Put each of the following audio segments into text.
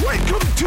Welcome to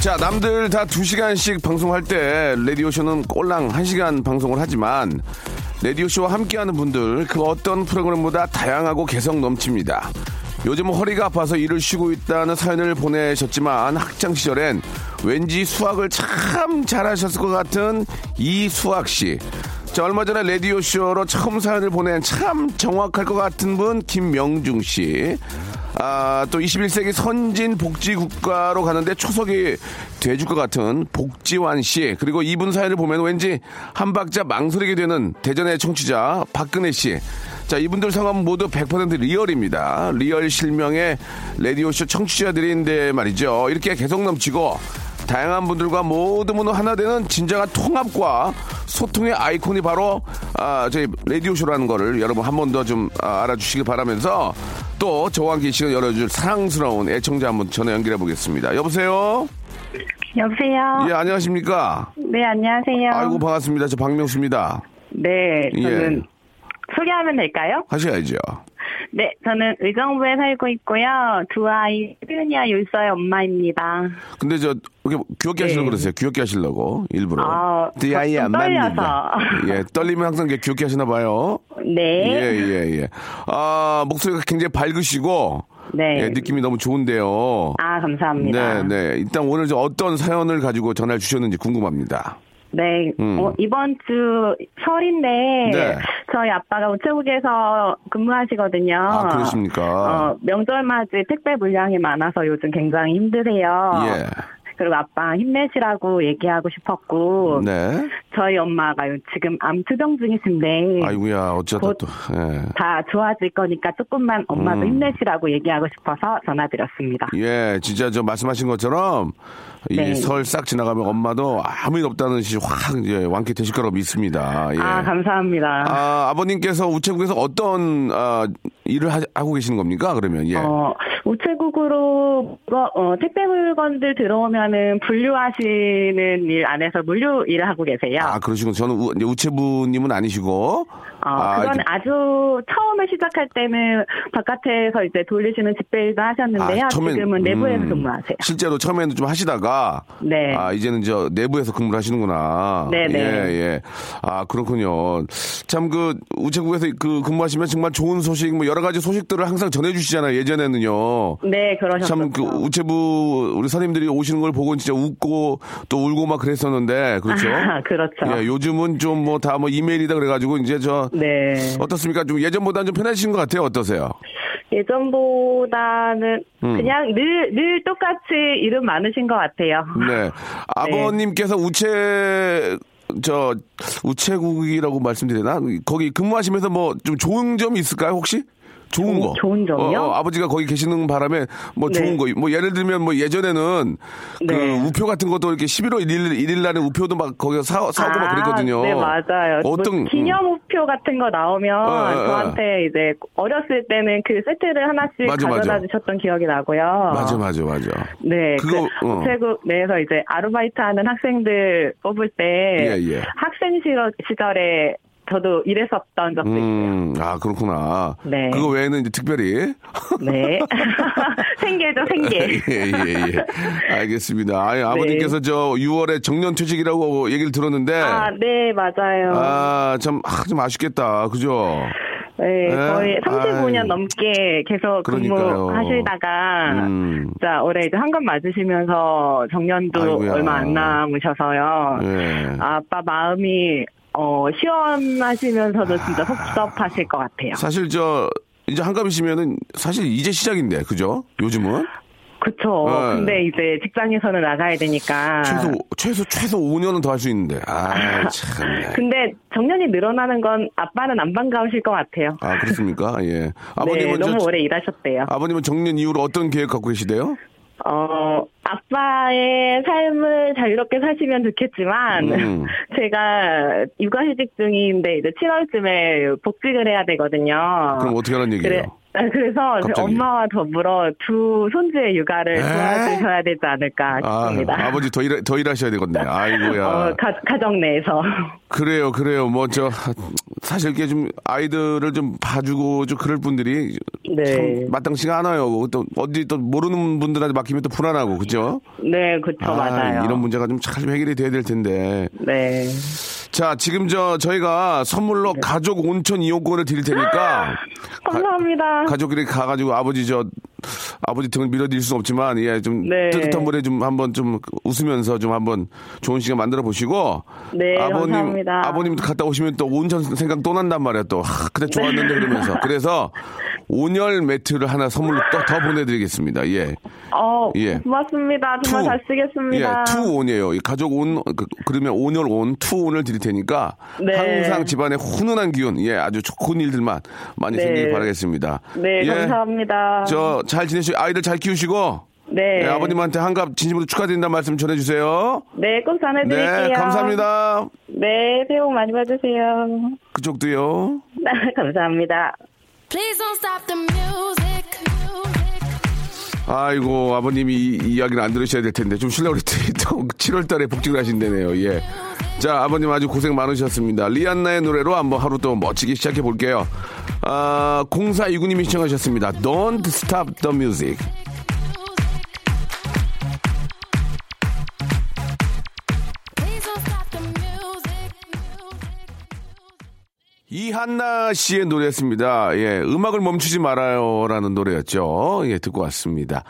자, 남들 다 두시간씩 방송할 때 라디오쇼는 꼴랑 한시간 방송을 하지만 라디오쇼와 함께하는 분들 그 어떤 프로그램보다 다양하고 개성 넘칩니다. 요즘은 허리가 아파서 일을 쉬고 있다는 사연을 보내셨지만 학창 시절엔 왠지 수학을 참 잘하셨을 것 같은 이수학 씨. 자, 얼마 전에 라디오쇼로 처음 사연을 보낸 참 정확할 것 같은 분 김명중 씨. 아, 또 21세기 선진 복지 국가로 가는데 초석이 돼줄 것 같은 복지환 씨. 그리고 이분 사연을 보면 왠지 한 박자 망설이게 되는 대전의 청취자 박근혜 씨. 자, 이분들 성함 모두 100% 리얼입니다. 리얼 실명의 라디오쇼 청취자들인데 말이죠. 이렇게 계속 넘치고 다양한 분들과 모두 모두 하나 되는 진정한 통합과 소통의 아이콘이 바로 아, 저희 라디오쇼라는 거를 여러분 한 번 더 좀 알아주시기 바라면서 또 저와 함께 이 시간 열어줄 사랑스러운 애청자 한 분 전화 연결해 보겠습니다. 여보세요? 여보세요. 예, 안녕하십니까? 네 안녕하세요. 예. 아이고, 반갑습니다. 저 박명수입니다. 네 저는 예. 소개하면 될까요? 하셔야죠. 네 저는 의정부에 살고 있고요. 두 아이 세븐이와 율서의 엄마입니다. 근데 저, 이렇게 귀엽게 네. 하시려고 그러세요. 귀엽게 하시려고, 일부러. 아, DIY 안 가끔 떨려서. 맞는다. 예, 떨리면 항상 이렇게 귀엽게 하시나 봐요. 네. 예, 예, 예. 아, 목소리가 굉장히 밝으시고, 네. 예, 느낌이 너무 좋은데요. 아 감사합니다. 네, 네. 일단 오늘 저 어떤 사연을 가지고 전화를 주셨는지 궁금합니다. 네, 음. 어, 이번 주 설인데 네. 저희 아빠가 우체국에서 근무하시거든요. 아, 그러십니까? 어, 명절 맞이 택배 물량이 많아서 요즘 굉장히 힘드세요. 예. 그리고 아빠 힘내시라고 얘기하고 싶었고 네. 저희 엄마가 요- 지금 암 투병 중이신데 아이고야, 어쩌다 예. 곧- 또. 예. 다 좋아질 거니까 조금만 엄마도 음. 힘내시라고 얘기하고 싶어서 전화드렸습니다. 예, 진짜 저 말씀하신 것처럼 네. 이 설 싹 지나가면 엄마도 아무 일 없다는 듯이 확 이제 완쾌되실 거라고 믿습니다. 예. 아 감사합니다. 아, 아버님께서 우체국에서 어떤 아, 일을 하, 고 계시는 겁니까? 그러면 예. 어, 우체국으로 뭐, 어, 택배 물건들 들어오면은 분류하시는 일 안에서 물류 일을 하고 계세요. 아, 그러시군. 저는 우, 이제 우체부님은 아니시고. 어, 그건 이제- 아주 처음에 시작할 때는 바깥에서 이제 돌리시는 집배일도 하셨는데요. 아, 처음엔- 지금은 내부에서 음, 근무하세요. 실제로 처음에는 좀 하시다가 네. 아 이제는 저 내부에서 근무를 하시는구나. 네, 네. 예, 예. 아 그렇군요. 참 그 우체국에서 그 근무하시면 정말 좋은 소식, 뭐 여러 가지 소식들을 항상 전해주시잖아요. 예전에는요. 네, 참 그러셨죠. 그 우체부 우리 선임들이 오시는 걸 보고 진짜 웃고 또 울고 막 그랬었는데 그렇죠. 아, 그렇죠. 예, 요즘은 좀 뭐 다 뭐 이메일이다 그래가지고 이제 저 네. 어떻습니까? 좀 예전보다는 좀 편해지신 것 같아요. 어떠세요? 예전보다는 음. 그냥 늘, 늘 똑같이 일은 많으신 것 같아요. 네. 아버님께서 우체 저 우체국이라고 말씀드리나 거기 근무하시면서 뭐 좀 좋은 점이 있을까요 혹시? 좋은 거. 좋은 점이요? 어, 어, 아버지가 거기 계시는 바람에 뭐 네. 좋은 거. 뭐 예를 들면 뭐 예전에는 네. 그 우표 같은 것도 이렇게 11월 1일, 일일 날에 우표도 막 거기서 사, 사고 막 아, 그랬거든요. 네, 맞아요. 뭐 어떤 음. 기념 우표 같은 거 나오면 어, 어. 저한테 이제 어렸을 때는 그 세트를 하나씩 맞아, 가져다 맞아. 주셨던 기억이 나고요. 음, 맞아 맞아 맞아. 네, 그거, 그 어. 우체국 내에서 이제 아르바이트 하는 학생들 뽑을 때 예, 예. 학생 시절- 시절에 저도 일했었던 적도 있어요. 음, 아 그렇구나. 네. 그거 외에는 이제 특별히 네. 생계죠, 생계. 예예예. 알겠습니다. 아, 아버님께서 네. 저 6월에 정년퇴직이라고 얘기를 들었는데 아, 네, 맞아요. 아, 참, 아, 좀 아쉽겠다. 그죠? 네, 에? 거의 35년 아이. 넘게 계속 그러니까요. 근무하시다가 음. 자 올해 이제 한갑 맞으시면서 정년도 아이고야. 얼마 안 남으셔서요. 예. 네. 아빠 마음이 어 시원하시면서도 진짜 섭섭하실 것 같아요. 아. 사실 저 이제 한갑이시면은 사실 이제 시작인데 그죠? 요즘은 그쵸. 네. 근데 이제 직장에서는 나가야 되니까. 최소 최소 최소 5년은 더 할 수 있는데. 아 참. 근데 정년이 늘어나는 건 아빠는 안 반가우실 것 같아요. 아 그렇습니까? 예. 네, 아버님은 저- 너무 오래 일하셨대요. 아버님은 정년 이후로 어떤 계획 갖고 계시대요? 어, 아빠의 삶을 자유롭게 사시면 좋겠지만, 음. 제가 육아휴직 중인데, 이제 7월쯤에 복직을 해야 되거든요. 그럼 어떻게 하는 얘기예요? 그래, 아, 그래서 이제 갑자기. 엄마와 더불어 두 손주의 육아를 에? 도와주셔야 되지 않을까 아, 싶습니다. 아버지 더, 일, 더 일하셔야 되겠네. 아이고야. 어, 가, 가정 내에서. 그래요, 그래요. 뭐, 저, 사실 이게 좀 아이들을 좀 봐주고 좀 그럴 분들이 네. 참 마땅치가 않아요. 또 어디 또 모르는 분들한테 맡기면 또 불안하고, 그죠? 네, 그쵸, 아, 맞아요. 이런 문제가 좀 잘 해결이 돼야 될 텐데. 네. 자, 지금 저, 저희가 선물로 가족 온천 이용권을 드릴 테니까. 감사합니다. 가족끼리 가가지고 아버지 저 아버지 등을 밀어드릴 수는 없지만 예좀 네. 뜨뜻한 물에 좀 한번 좀 웃으면서 좀 한번 좋은 시간 만들어 보시고 네, 아버님 감사합니다. 아버님 갔다 오시면 또 온천 생각 또 난단 말이야 또 하, 네. 그때 좋았는데 그러면서 그래서 온열 매트를 하나 선물로 또 더 보내드리겠습니다 예 어, 예. 고맙습니다. 정말 잘 쓰겠습니다. 예, 투 온이에요. 이 가족 온, 그, 그러면 온열 온, 투 온을 드릴 테니까 네. 항상 집안에 훈훈한 기운, 예, 아주 좋은 일들만 많이 네. 생기길 바라겠습니다. 네, 예, 감사합니다. 저 잘 지내시고 아이들 잘 키우시고 네. 예, 아버님한테 한갑 진심으로 축하드린다는 말씀 전해주세요. 네, 꼭 전해드릴게요. 네, 감사합니다. 네, 새해 복 많이 받으세요. 그쪽도요. 감사합니다. Please don't stop the music. 아이고 아버님이 이 이야기를 안 들으셔야 될 텐데 좀 실례 그랬더니 또 7월달에 복직을 하신다네요. 예. 자 아버님 아주 고생 많으셨습니다. 리안나의 노래로 한번 하루 또 멋지게 시작해 볼게요. 아 공사 이구님이 시청하셨습니다. Don't stop the music. Please don't stop the music. 이한나 씨의 노래였습니다. 예, 음악을 멈추지 말아요라는 노래였죠. 예, 듣고 왔습니다.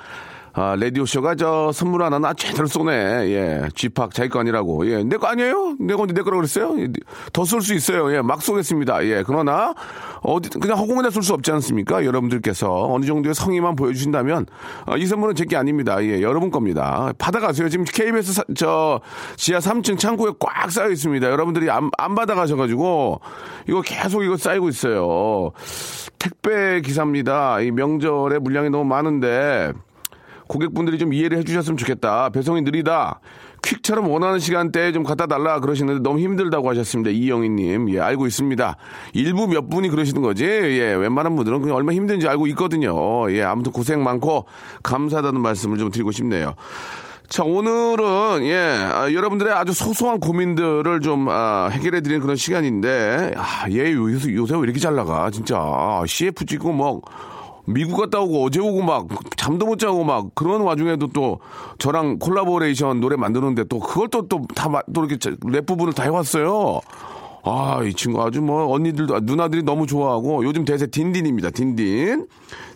아, 라디오 쇼가 저 선물 하나 나 제대로 쏘네. 예, 쥐팍 자기 거 아니라고. 예, 내 거 아니에요? 내가 언제 내 거라고 그랬어요? 더 쏠 수 있어요. 예, 막 쏘겠습니다. 예, 그러나 어디 그냥 허공에다 쏠 수 없지 않습니까? 여러분들께서 어느 정도의 성의만 보여주신다면 아, 이 선물은 제 게 아닙니다. 예, 여러분 겁니다. 받아가세요. 지금 KBS 사- 저 지하 3층 창고에 꽉 쌓여 있습니다. 여러분들이 안, 안 받아가셔가지고 이거 계속 이거 쌓이고 있어요. 택배 기사입니다. 이 명절에 물량이 너무 많은데 고객분들이 좀 이해를 해주셨으면 좋겠다. 배송이 느리다. 퀵처럼 원하는 시간대에 좀 갖다 달라 그러시는데 너무 힘들다고 하셨습니다. 이영희님. 예, 알고 있습니다. 일부 몇 분이 그러시는 거지. 예, 웬만한 분들은 그냥 얼마나 힘든지 알고 있거든요. 예, 아무튼 고생 많고 감사하다는 말씀을 좀 드리고 싶네요. 자, 오늘은, 예, 아, 여러분들의 아주 소소한 고민들을 좀, 아, 해결해드리는 그런 시간인데, 아, 얘 요새, 요새 왜 이렇게 잘 나가, 진짜. 아, CF 찍고 막, 미국 갔다 오고 어제 오고 막 잠도 못 자고 막 그런 와중에도 또 저랑 콜라보레이션 노래 만드는데 또 그걸 또 또 다 또 이렇게 자- 랩 부분을 다 해왔어요. 아, 이 친구 아주 뭐 언니들도 아, 누나들이 너무 좋아하고 요즘 대세 딘딘입니다. 딘딘.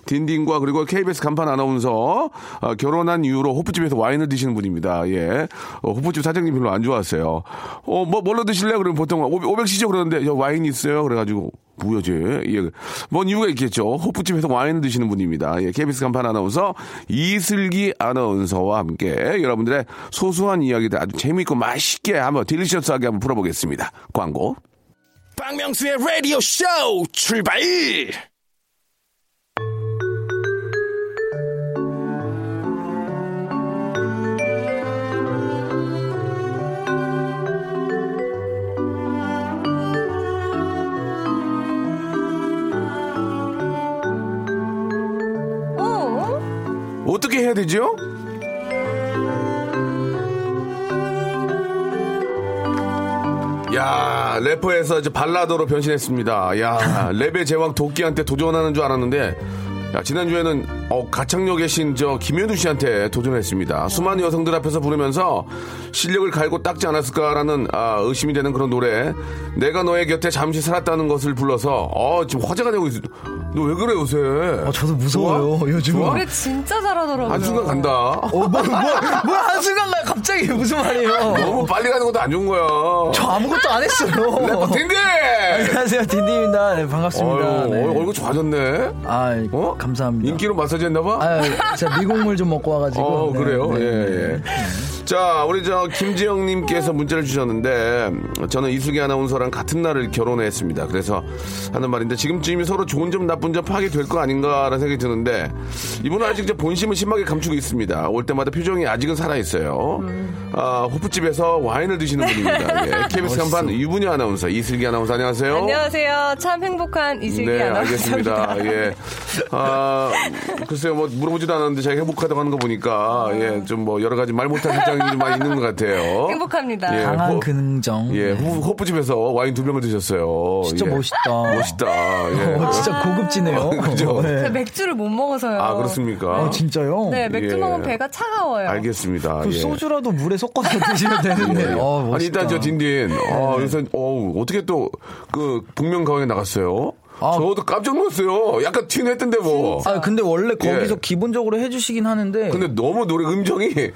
딘딘과 그리고 KBS 간판 아나운서 아, 결혼한 이후로 호프집에서 와인을 드시는 분입니다. 예. 어, 호프집 사장님 별로 안 좋아하세요. 어, 뭐 뭘로 드실래요? 그러면 보통 500cc 그러는데 야, 와인 있어요. 그래 가지고 뭐야 쟤? 예. 뭔 이유가 있겠죠. 호프집에서 와인 드시는 분입니다. 예, KBS 간판 아나운서 이슬기 아나운서와 함께 여러분들의 소소한 이야기들 아주 재미있고 맛있게 한번 딜리셔스하게 한번 풀어보겠습니다. 광고. 박명수의 라디오 쇼 출발! 어? 어떻게 해야 되죠? 야 래퍼에서 이제 발라더로 변신했습니다. 야 랩의 제왕 도끼한테 도전하는 줄 알았는데 야, 지난주에는 어, 가창력의 신 저 김현우 씨한테 도전했습니다. 수많은 여성들 앞에서 부르면서 실력을 갈고 닦지 않았을까라는 아, 의심이 되는 그런 노래. 내가 너의 곁에 잠시 살았다는 것을 불러서 어, 지금 화제가 되고 있어. 너 왜 그래 요새? 아, 저도 무서워요, 요즘. 좋아? 노래 진짜 잘하더라고요. 아, 한순간 간다. 어, 뭐, 뭐, 뭐, 한순간 가요, 갑자기. 무슨 말이에요? 너무 빨리 가는 것도 안 좋은 거야. 저 아무것도 안 했어요. 딘딘! 안녕하세요, 딘딘입니다. 네, 반갑습니다. 어휴, 네. 얼굴 얼굴 좋아졌네. 아, 어? 감사합니다. 인기로 마사지 했나봐? 아, 제가 미국물 좀 먹고 와가지고. 어, 네, 그래요? 네. 예, 예. 자, 우리 저 김지영님께서 문자를 주셨는데, 저는 이수기 아나운서랑 같은 날을 결혼했습니다. 그래서 하는 말인데, 지금쯤이 서로 좋은 점, 나쁜 점 파악이 될 거 아닌가라는 생각이 드는데, 이분은 아직 이제 본심은 심하게 감추고 있습니다. 올 때마다 표정이 아직은 살아있어요. 음. 아, 호프집에서 와인을 드시는 분입니다. 예. KBS 간판 유부녀 아나운서, 이슬기 아나운서, 안녕하세요. 안녕하세요. 참 행복한 이슬기 네, 아나운서입니다. 알겠습니다. 예. 아, 글쎄요, 뭐, 물어보지도 않았는데 자기가 행복하다고 하는 거 아. 보니까, 예, 좀 뭐, 여러 가지 말 못할 현장이 좀 많이 있는 것 같아요. 행복합니다. 예. 강한 호- 긍정. 네. 예, 호, 호프집에서 와인 두 병을 드셨어요. 진짜 예. 멋있다. 멋있다. 예. 어, 진짜 고급지네요. 그죠? 네. 제가 맥주를 못 먹어서요. 아, 그렇습니까? 아, 진짜요? 네, 맥주 예. 먹으면 배가 차가워요. 알겠습니다. 그 예. 소주라도 물에 섞어서 드시면 되는데. 어, 멋있다. 네. 아니, 일단 저 딘딘. 어, 요새, 어우, 어떻게 또, 그, 북면가왕에 나갔어요? 아. 저도 깜짝 놀랐어요. 약간 튀냈던데 뭐. 아, 근데 원래 거기서 예. 기본적으로 해주시긴 하는데. 근데 너무 노래 음정이 네.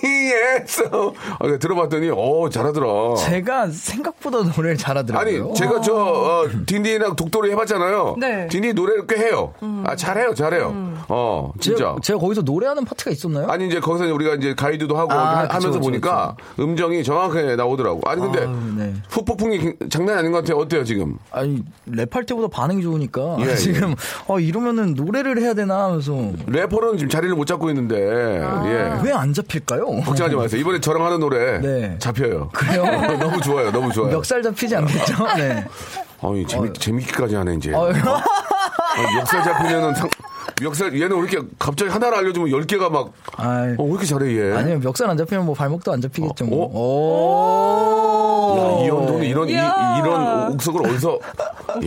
거리에서 아, 들어봤더니 어 잘하더라. 제가 생각보다 노래를 잘하더라고요. 아니 제가 저 어, 딘딘이랑 독도를 해봤잖아요. 네. 딘딘 노래를 꽤 해요. 아 잘해요, 잘해요. 어 진짜. 제가, 제가 거기서 노래하는 파트가 있었나요? 아니 이제 거기서 우리가 이제 가이드도 하고 아, 하- 그쵸, 하면서 그쵸, 보니까 음정이 정확하게 나오더라고. 아니 근데 아유, 네. 후폭풍이 기- 장난 아닌 것 같아요. 어때요 지금? 아니, 랩할 때보다 반응이 좋으니까 예, 예. 지금 어, 이러면은 노래를 해야 되나 하면서 래퍼는 지금 자리를 못 잡고 있는데 예. 왜 안 잡힐까요? 걱정하지 마세요. 이번에 저랑 하는 노래 네. 잡혀요. 그래요? 너무 좋아요, 너무 좋아요. 멱살 잡히지 않겠죠? 어. 네. 어이 재미 재밌기까지 하네 이제. 어, 아, 역살 잡히면은 상, 역살 얘는 왜 이렇게 갑자기 하나를 알려주면 열 개가 막. 아이, 어, 왜 이렇게 잘해 얘? 아니면 멱살 안 잡히면 뭐 발목도 안 잡히겠죠. 뭐. 어. 야, 오. 이 형도는 이런 이, 이야. 런 옥석을 어디서?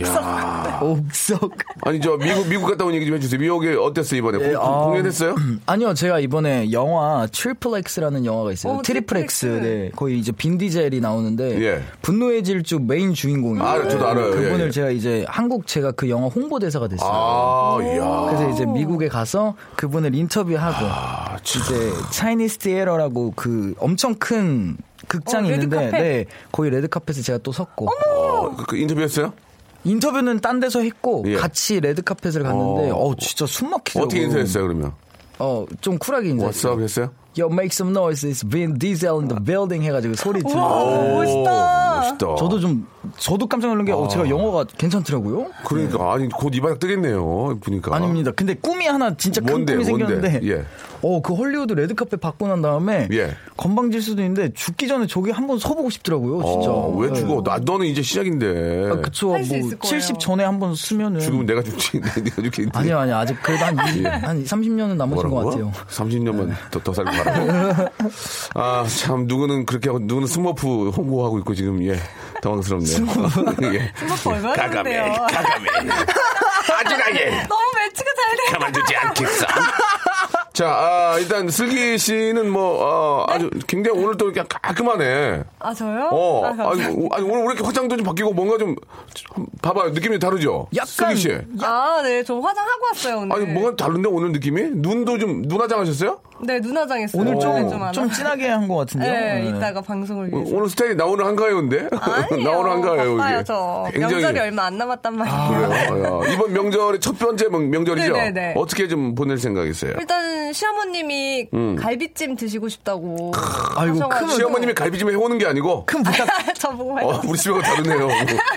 야. 옥석. 아니 저 미국 미국 갔다 온 얘기 좀 해주세요. 미국에 어땠어 이번에 공- 아, 공연했어요? 아니요, 제가 이번에 영화 트리플렉스라는 영화가 있어요. 어, 트리플렉스. 트리플렉스. 네. 거의 이제 빈디젤이 나오는데 예. 분노의 질주 메인 주인공이에요. 아, 저도 알아요. 그분을 예, 예. 제가 이제 한국 제가 그 영화 홍보대사가 됐어요. 아, 음. 이야. 그래서 이제 미국에 가서 그분을 인터뷰하고 아. 이제 차이니스 디에러라고 그 엄청 큰 극장이 어, 있는데 레드카펫. 네, 거기 레드카펫에 제가 또 섰고 어, 그, 그 인터뷰했어요? 인터뷰는 딴 데서 했고 예. 같이 레드카펫을 갔는데 어. 어, 진짜 숨 막히더라고. 어떻게 인사했어요 그러면? 어, 좀 쿨하게 인사했어요. 왓썹 했어요? Yo, make some noise. It's Vin Diesel in the building 해가지고 소리 와, 들려. 어, 멋있다. 멋있다. 저도 좀 저도 깜짝 놀란 게 어, 제가 영어가 괜찮더라고요. 그러니까 아니 곧 이 바닥 뜨겠네요. 그러니까. 보니까. 네. 아닙니다. 근데 꿈이 하나 진짜 큰 뭔데요, 꿈이 생겼는데, 뭔데? 예. 어, 그 헐리우드 레드카펫 받고 난 다음에 예. 건방질 수도 있는데 죽기 전에 저기 한번 서보고 싶더라고요. 진짜. 네. 어, 왜 죽어? 나 너는 이제 시작인데. 아, 그쵸. 뭐 할수 있을 거예요. 70 전에 한번 쓰면은 죽으면 예. 내가 죽지. 내가 죽겠는데. 아니요, 아니요. 아직 그래도 한, 이- 한 30년은 남으신 것 같아요. 네. 30년만 더, 더 살고 가라. 아, 참, 누구는 그렇게 하고, 누구는 스머프 홍보하고 있고, 지금, 예. 당황스럽네요. 스머프. 예. 스머프 얼마나 좋은데요. 가감해. 아주 가게. 너무 매치가 잘 돼. 가만두지 않겠어. 자, 아, 일단, 슬기 씨는 뭐, 어, 아주 굉장히 오늘 또 이렇게 깔끔하네. 아, 저요? 어, 아, 아니, 감사합니다. 오- 아니, 오늘 왜 이렇게 화장도 좀 바뀌고 뭔가 좀, 좀 봐봐요. 느낌이 다르죠? 약간- 슬기 씨. 아, 네, 저 화장하고 왔어요, 오늘. 아니, 뭔가 다른데, 오늘 느낌이? 눈도 좀, 눈 화장하셨어요? 네, 눈 화장했어요. 오늘 네, 좀, 안 좀 하고. 진하게 한 것 같은데요. 네, 네. 이따가 방송을 위해서. 오늘 스타일이 나오는 한가요인데? 아니에요. 뭐, 나오는 한가요, 바빠요, 이게. 아. 저. 명절이 얼마 안 남았단 말이에요. 아. 그래요. 어, 야, 이번 명절이 첫 번째 명- 명절이죠? 네네네. 어떻게 좀 보낼 생각이세요? 일단 시어머님이 음. 갈비찜 드시고 싶다고 아이고, 하셔가지고. 크면 그 시어머님이 갈비찜 해오는 게 아니고, 큰 부탁. 저보고 말씀- 어, 우리 집하고 다르네요.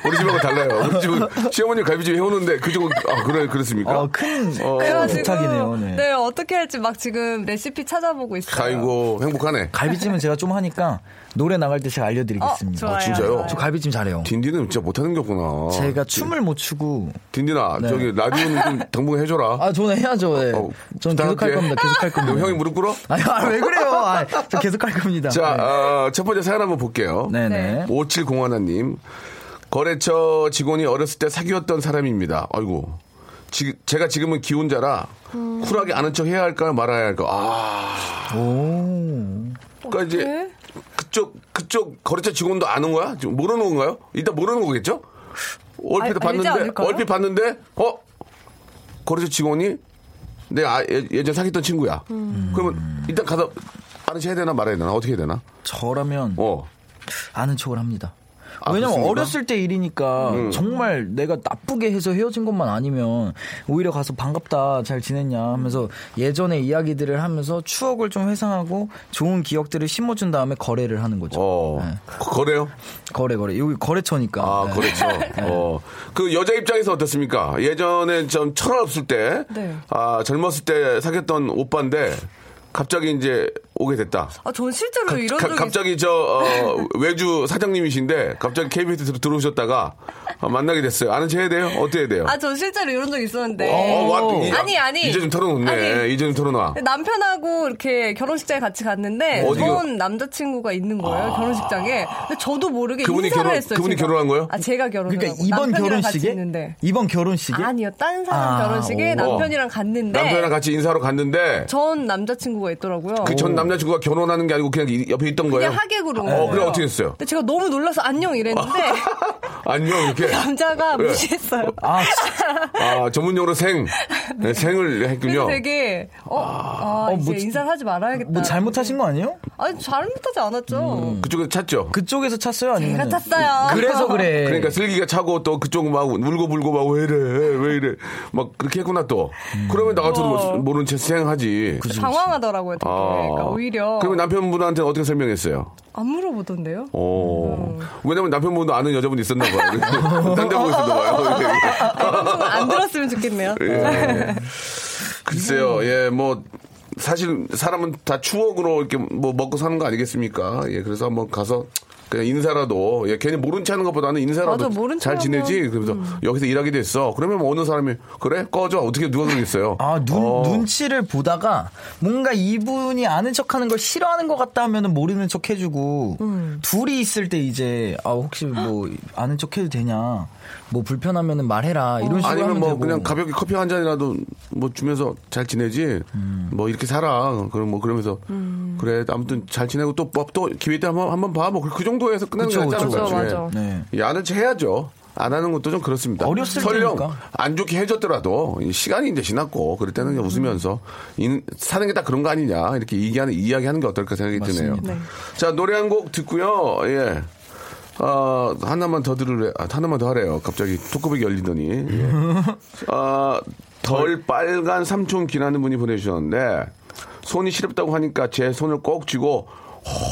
우리 집하고 달라요. 우리 집은 시어머님 갈비찜 해오는데, 그쪽, 아, 그래, 그렇습니까? 어, 큰, 어. 큰 그래가지고 부탁이네요. 네. 네. 어떻게 할지 막 지금 레시피 찾아보고 있어요. 아이고, 행복하네. 갈비찜은 제가 좀 하니까 노래 나갈 때 제가 어, 알려드리겠습니다. 좋아요. 진짜요? 좋아요. 저 갈비찜 잘해요. 딘디는 진짜 못하는 게 없구나. 제가 춤을 못 추고 딘디나, 저기, 라디오는 좀 당분간 해줘라. 아 저는 해야죠. 네. 어, 저는 계속 할 부탁할게. 겁니다. 계속 할 그럼 겁니다. 형이 무릎 꿇어? 아니, 아, 왜 그래요? 아, 저 계속 할 겁니다. 자, 어, 첫 번째 사연 한번 볼게요. 네. 네네. 네. 5701님. 거래처 직원이 어렸을 때 사귀었던 사람입니다. 아이고. 지- 제가 지금은 기혼자라 쿨하게 아는 척 해야 할까요? 말아야 할까? 아. 그러니까 이제 그쪽 그쪽 거래처 직원도 아는 거야? 지금 모르는 건가요? 일단 모르는 거겠죠? 알- 얼핏 알지 봤는데 않을까요? 얼핏 봤는데 어 거래처 직원이 내 아, 예- 예전 사귀던 친구야. 음. 그러면 일단 가서 아는 척 해야 되나 말아야 되나 어떻게 해야 되나? 저라면 어. 아는 척을 합니다. 아, 왜냐면 그렇습니까? 어렸을 때 일이니까 정말 내가 나쁘게 해서 헤어진 것만 아니면 오히려 가서 반갑다 잘 지냈냐 하면서 예전의 이야기들을 하면서 추억을 좀 회상하고 좋은 기억들을 심어준 다음에 거래를 하는 그렇죠. 거죠. 어. 네. 거래요? 거래 거래 여기 거래처니까. 아, 네. 그렇죠. 어. 그 여자 입장에서 어떻습니까? 예전에 좀 철 없을 때, 네. 아, 젊었을 때 사귀었던 오빠인데, 갑자기 이제 오게 됐다. 아, 전 실제로 이런 가- 적이 갑자기 저, 어, 외주 사장님이신데, 갑자기 KBS 로 들어오셨다가 어, 만나게 됐어요. 아는 체 해야 돼요? 어떻게 해야 돼요? 있- 아, 전 실제로 이런 적 있었는데. 어, 와, 이- 아니, 아니. 이제 좀 털어놓네. 아니. 이제 좀 털어놔. 남편하고 이렇게 결혼식장에 같이 갔는데 어디요? 아. 전 남자친구가 있는 거예요 결혼식장에 근데 저도 모르게 그분이 인사를 결혼- 했어요 그분이 제가. 결혼한 거예요? 아 제가 결혼을 그러니까 하고 이번 남편이랑 같이 결혼식에 있는데 이번 결혼식에 아니요 딴 사람 아, 결혼식에 오. 남편이랑 갔는데 남편이랑 같이 인사하러 갔는데, 전 남자친구가 있더라고요 그 전 남자친구가 결혼하는 게 아니고 그냥 이- 옆에 있던 거예요? 그냥 하객으로 온 어, 거예요. 그래, 어떻게 아. 했어요? 근데 제가 너무 놀라서 안녕 이랬는데 안녕, 이렇게. 남자가 예. 무시했어요 아 진짜. 아, 전문용어로 생. 네, 생을 그래서 했군요. 되게 어, 아, 어, 이제 뭐- 인사를 하지 말아야겠다 뭐 잘못하신 거 아니에요? 아니 잘못하지 않았죠 그쪽에서 찾죠. 그쪽에서 찼어요 아니면 제가 찼어요. 그래서 네. 그래. 음. 그러니까 슬기가 차고 또 그쪽 막 울고 불고 막 왜 이래 왜 이래 막 그렇게 했구나 또 그러면 나 같은 거 어. 모르는 채 생하지 아. 당황하더라고요 되게 그러니까 오히려 그러면 남편분한테는 어떻게 설명했어요? 안 물어보던데요 오. 음. 왜냐면 남편분도 아는 여자분이 있었나 봐요. 딴데 보고 있었나 봐요. 방송을 아, 안 들었으면 좋겠네요 예. 음. 글쎄요, 예, 뭐, 사실 사람은 다 추억으로 이렇게 뭐 먹고 사는 거 아니겠습니까? 예, 그래서 한번 가서 그냥 인사라도, 예, 괜히 모른 채 하는 것보다는 인사라도 맞아, 모른 잘 척 지내지? 하면. 음. 그러면서 여기서 일하게 됐어. 그러면 뭐 어느 사람이, 그래? 꺼져. 어떻게 누가 그러겠어요? 아, 눈, 어. 눈치를 보다가 뭔가 이분이 아는 척 하는 걸 싫어하는 것 같다 하면 은 모르는 척 해주고, 음. 둘이 있을 때 이제, 아, 혹시 뭐, 아는 척 해도 되냐, 뭐 불편하면 은 말해라, 어. 이런 식으로. 아니면 하면 뭐 되고. 그냥 가볍게 커피 한 잔이라도 뭐 주면서 잘 지내지 음. 뭐 이렇게 살아 그럼 뭐 그러면서 그래 아무튼 잘 지내고 또 뭐 또 기회 때 한번 한번 봐뭐 그 정도에서 끝나는 그쵸, 거 같지 않을까요? 그쵸, 예. 맞아. 네. 예, 아는 체 해야죠. 안 하는 것도 좀 그렇습니다. 어렸을 설령 때니까. 안 좋게 해줬더라도 이 시간이 이제 지났고 그럴 때는 그냥 웃으면서 인- 사는 게 다 그런 거 아니냐 이렇게 얘기하는 이야기하는 게 어떨까 생각이 드네요. 자 노래 한 곡 듣고요. 예. 아, 하나만 더 들으래. 아, 하나만 더 하래요. 갑자기 토크백이 열리더니. 예. 아, 덜 빨간 삼촌 기라는 분이 보내주셨는데 손이 시렵다고 하니까 제 손을 꼭 쥐고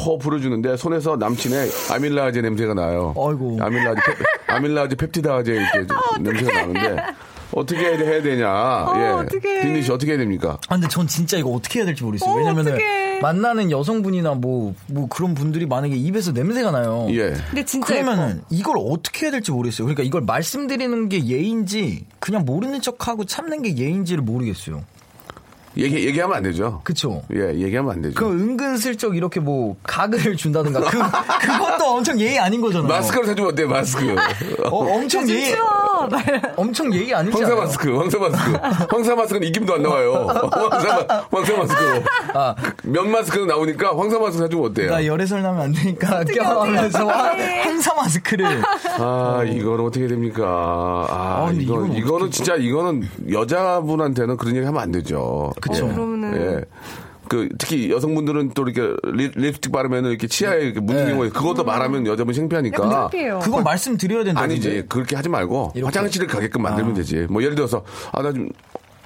허 부르주는데 손에서 남친의 아밀라아제 냄새가 나요. 아이고. 아밀라아제 펩, 아밀라아제 펩티다아제 이렇게 냄새가 나는데 어떻게 해야 되냐? 예. 어떡해. 딘디 씨 어떻게 해야 됩니까? 아, 근데 전 진짜 이거 어떻게 해야 될지 모르겠어요. 어, 왜냐면은, 어떡해. 만나는 여성분이나 뭐, 뭐 그런 분들이 만약에 입에서 냄새가 나요. 예. 근데 진짜 그러면은 이걸 어떻게 해야 될지 모르겠어요. 그러니까 이걸 말씀드리는 게 예인지 그냥 모르는 척하고 참는 게 예인지를 모르겠어요. 얘기 얘기하면 안 되죠. 그쵸? 예, 얘기하면 안 되죠. 그 은근슬쩍 이렇게 뭐 가글을 준다든가 그 그것도 엄청 예의 아닌 거잖아요. 마스크를 사주면 어때요? 마스크. 어, 엄청 예의 예뻐. 엄청 예의 아니지 황사 않아요? 마스크, 황사 마스크. 황사 마스크는 입김도 안 나와요. 황사, 마- 황사 마스크. 아. 면 마스크는 나오니까 황사 마스크 사주면 어때요? 그러니까 열애설 나면 안 되니까 껴하면서 네. 항상 마스크를 아, 이건 어떻게 됩니까? 아, 아, 근데 이건, 이건 이거는 진짜, 이거는 여자분한테는 그런 얘기 하면 안 되죠. 그쵸. 예. 그러면은. 예. 그, 특히 여성분들은 또 이렇게 립, 립스틱 바르면 이렇게 치아에 이렇게 묻는 네. 경우에 음. 그것도 말하면 여자분 창피하니까. 창피해요. 그건 말씀드려야 된다. 아니지 그렇게 하지 말고 이렇게. 화장실을 가게끔 만들면 되지 뭐 예를 들어서 아 나 좀